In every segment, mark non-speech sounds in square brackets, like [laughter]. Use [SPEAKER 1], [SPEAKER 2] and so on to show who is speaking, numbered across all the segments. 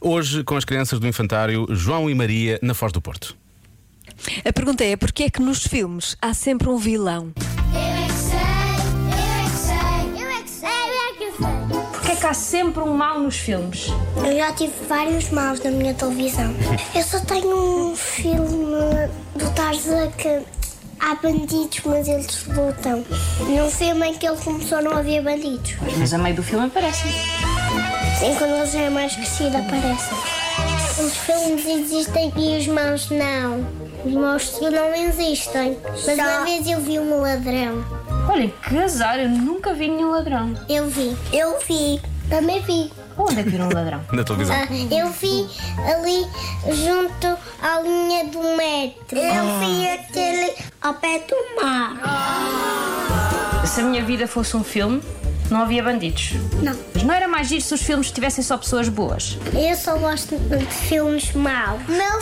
[SPEAKER 1] Hoje, com as crianças do infantário João e Maria, na Foz do Porto.
[SPEAKER 2] A pergunta é: porquê é que nos filmes há sempre um vilão?
[SPEAKER 3] Eu é que sei, eu é que sei, eu é que sei, eu é que sei.
[SPEAKER 4] Porque é que há sempre um mal nos filmes?
[SPEAKER 3] Eu já tive vários maus na minha televisão. Eu só tenho um filme do Tarzan que há bandidos, mas eles lutam. Num filme em que ele começou não havia bandidos.
[SPEAKER 4] Mas a meio do filme aparecem.
[SPEAKER 3] Sim, quando eles é mais crescido aparecem. Os filmes existem e os maus não. Os maus não existem. Mas uma vez eu vi um ladrão.
[SPEAKER 4] Olha, que azar, eu nunca vi nenhum ladrão.
[SPEAKER 3] Eu vi. Eu vi. Também vi.
[SPEAKER 4] Onde é que viram um ladrão?
[SPEAKER 1] Na televisão. É
[SPEAKER 3] Ah, eu vi ali junto à linha do metro. Eu vi aquele ao pé do mar.
[SPEAKER 4] [laughs] Se a minha vida fosse um filme, não havia bandidos.
[SPEAKER 3] Não.
[SPEAKER 4] Mas não era mais giro se os filmes tivessem só pessoas boas.
[SPEAKER 3] Eu só gosto de filmes maus. Meu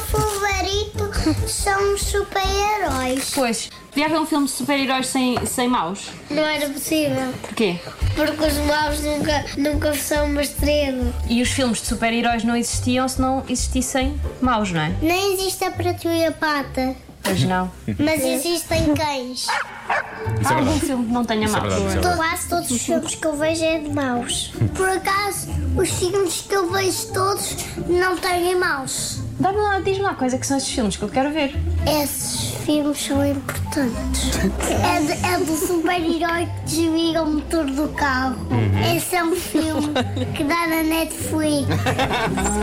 [SPEAKER 3] favorito são os super-heróis.
[SPEAKER 4] Pois, podia haver um filme de super-heróis sem, sem maus.
[SPEAKER 3] Não era possível,
[SPEAKER 4] Porquê?
[SPEAKER 3] porque os maus nunca, nunca são uma estrela.
[SPEAKER 4] E os filmes de super-heróis não existiam se não existissem maus, não é?
[SPEAKER 3] Nem existe a prato e a pata,
[SPEAKER 4] Pois [laughs] não.
[SPEAKER 3] mas existem cães.
[SPEAKER 4] Há algum filme que não tenha
[SPEAKER 1] Isso é
[SPEAKER 4] maus?
[SPEAKER 1] verdade, isso é verdade.
[SPEAKER 3] Então, Quase todos os filmes que eu vejo é de maus. Por acaso, os filmes que eu vejo todos não têm maus.
[SPEAKER 4] Dá-me lá, diz-me lá quais é que são esses filmes que eu quero ver.
[SPEAKER 3] Esses filmes são importantes. É, de- é do super-herói que desliga o motor do carro.
[SPEAKER 1] Uhum.
[SPEAKER 3] Esse é um filme que dá na
[SPEAKER 1] [laughs]
[SPEAKER 3] Netflix.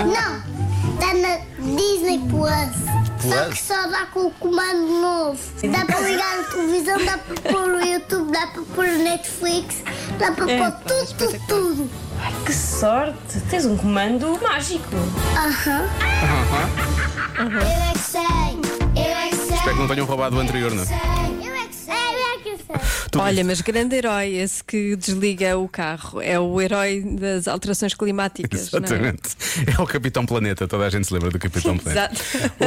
[SPEAKER 3] Não, dá na Disney Plus. Só que só dá com o comando novo. Dá para ligar a televisão, dá para pôr o YouTube, dá para pôr o Netflix, dá para pôr tudo, tudo, tudo.
[SPEAKER 4] Ai, que sorte! Tens um comando mágico.
[SPEAKER 3] Aham. Eu é que sei, eu é que
[SPEAKER 1] Espero que
[SPEAKER 3] sei.
[SPEAKER 1] não tenham roubado o anterior, não?
[SPEAKER 3] Eu é que sei, eu é que sei.
[SPEAKER 1] Tu-
[SPEAKER 2] Olha, mas grande herói esse que desliga o carro. É o herói das alterações climáticas. não é?
[SPEAKER 1] Exatamente. É o Capitão Planeta, toda a gente se lembra do Capitão Planeta.
[SPEAKER 2] Exato.